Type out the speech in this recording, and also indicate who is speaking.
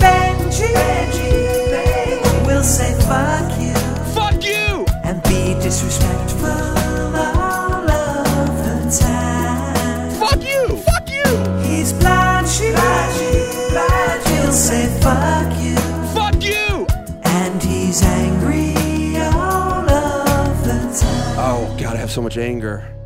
Speaker 1: Reggie, Reggie, Reggie will say fuck you
Speaker 2: Fuck you!
Speaker 1: and be disrespectful all of the time.
Speaker 2: Fuck you! Fuck you!
Speaker 1: He's blind, she, Reggie, Reggie will say fuck you
Speaker 2: Fuck you!
Speaker 1: and he's angry all of the time.
Speaker 3: Oh, God, I have so much anger.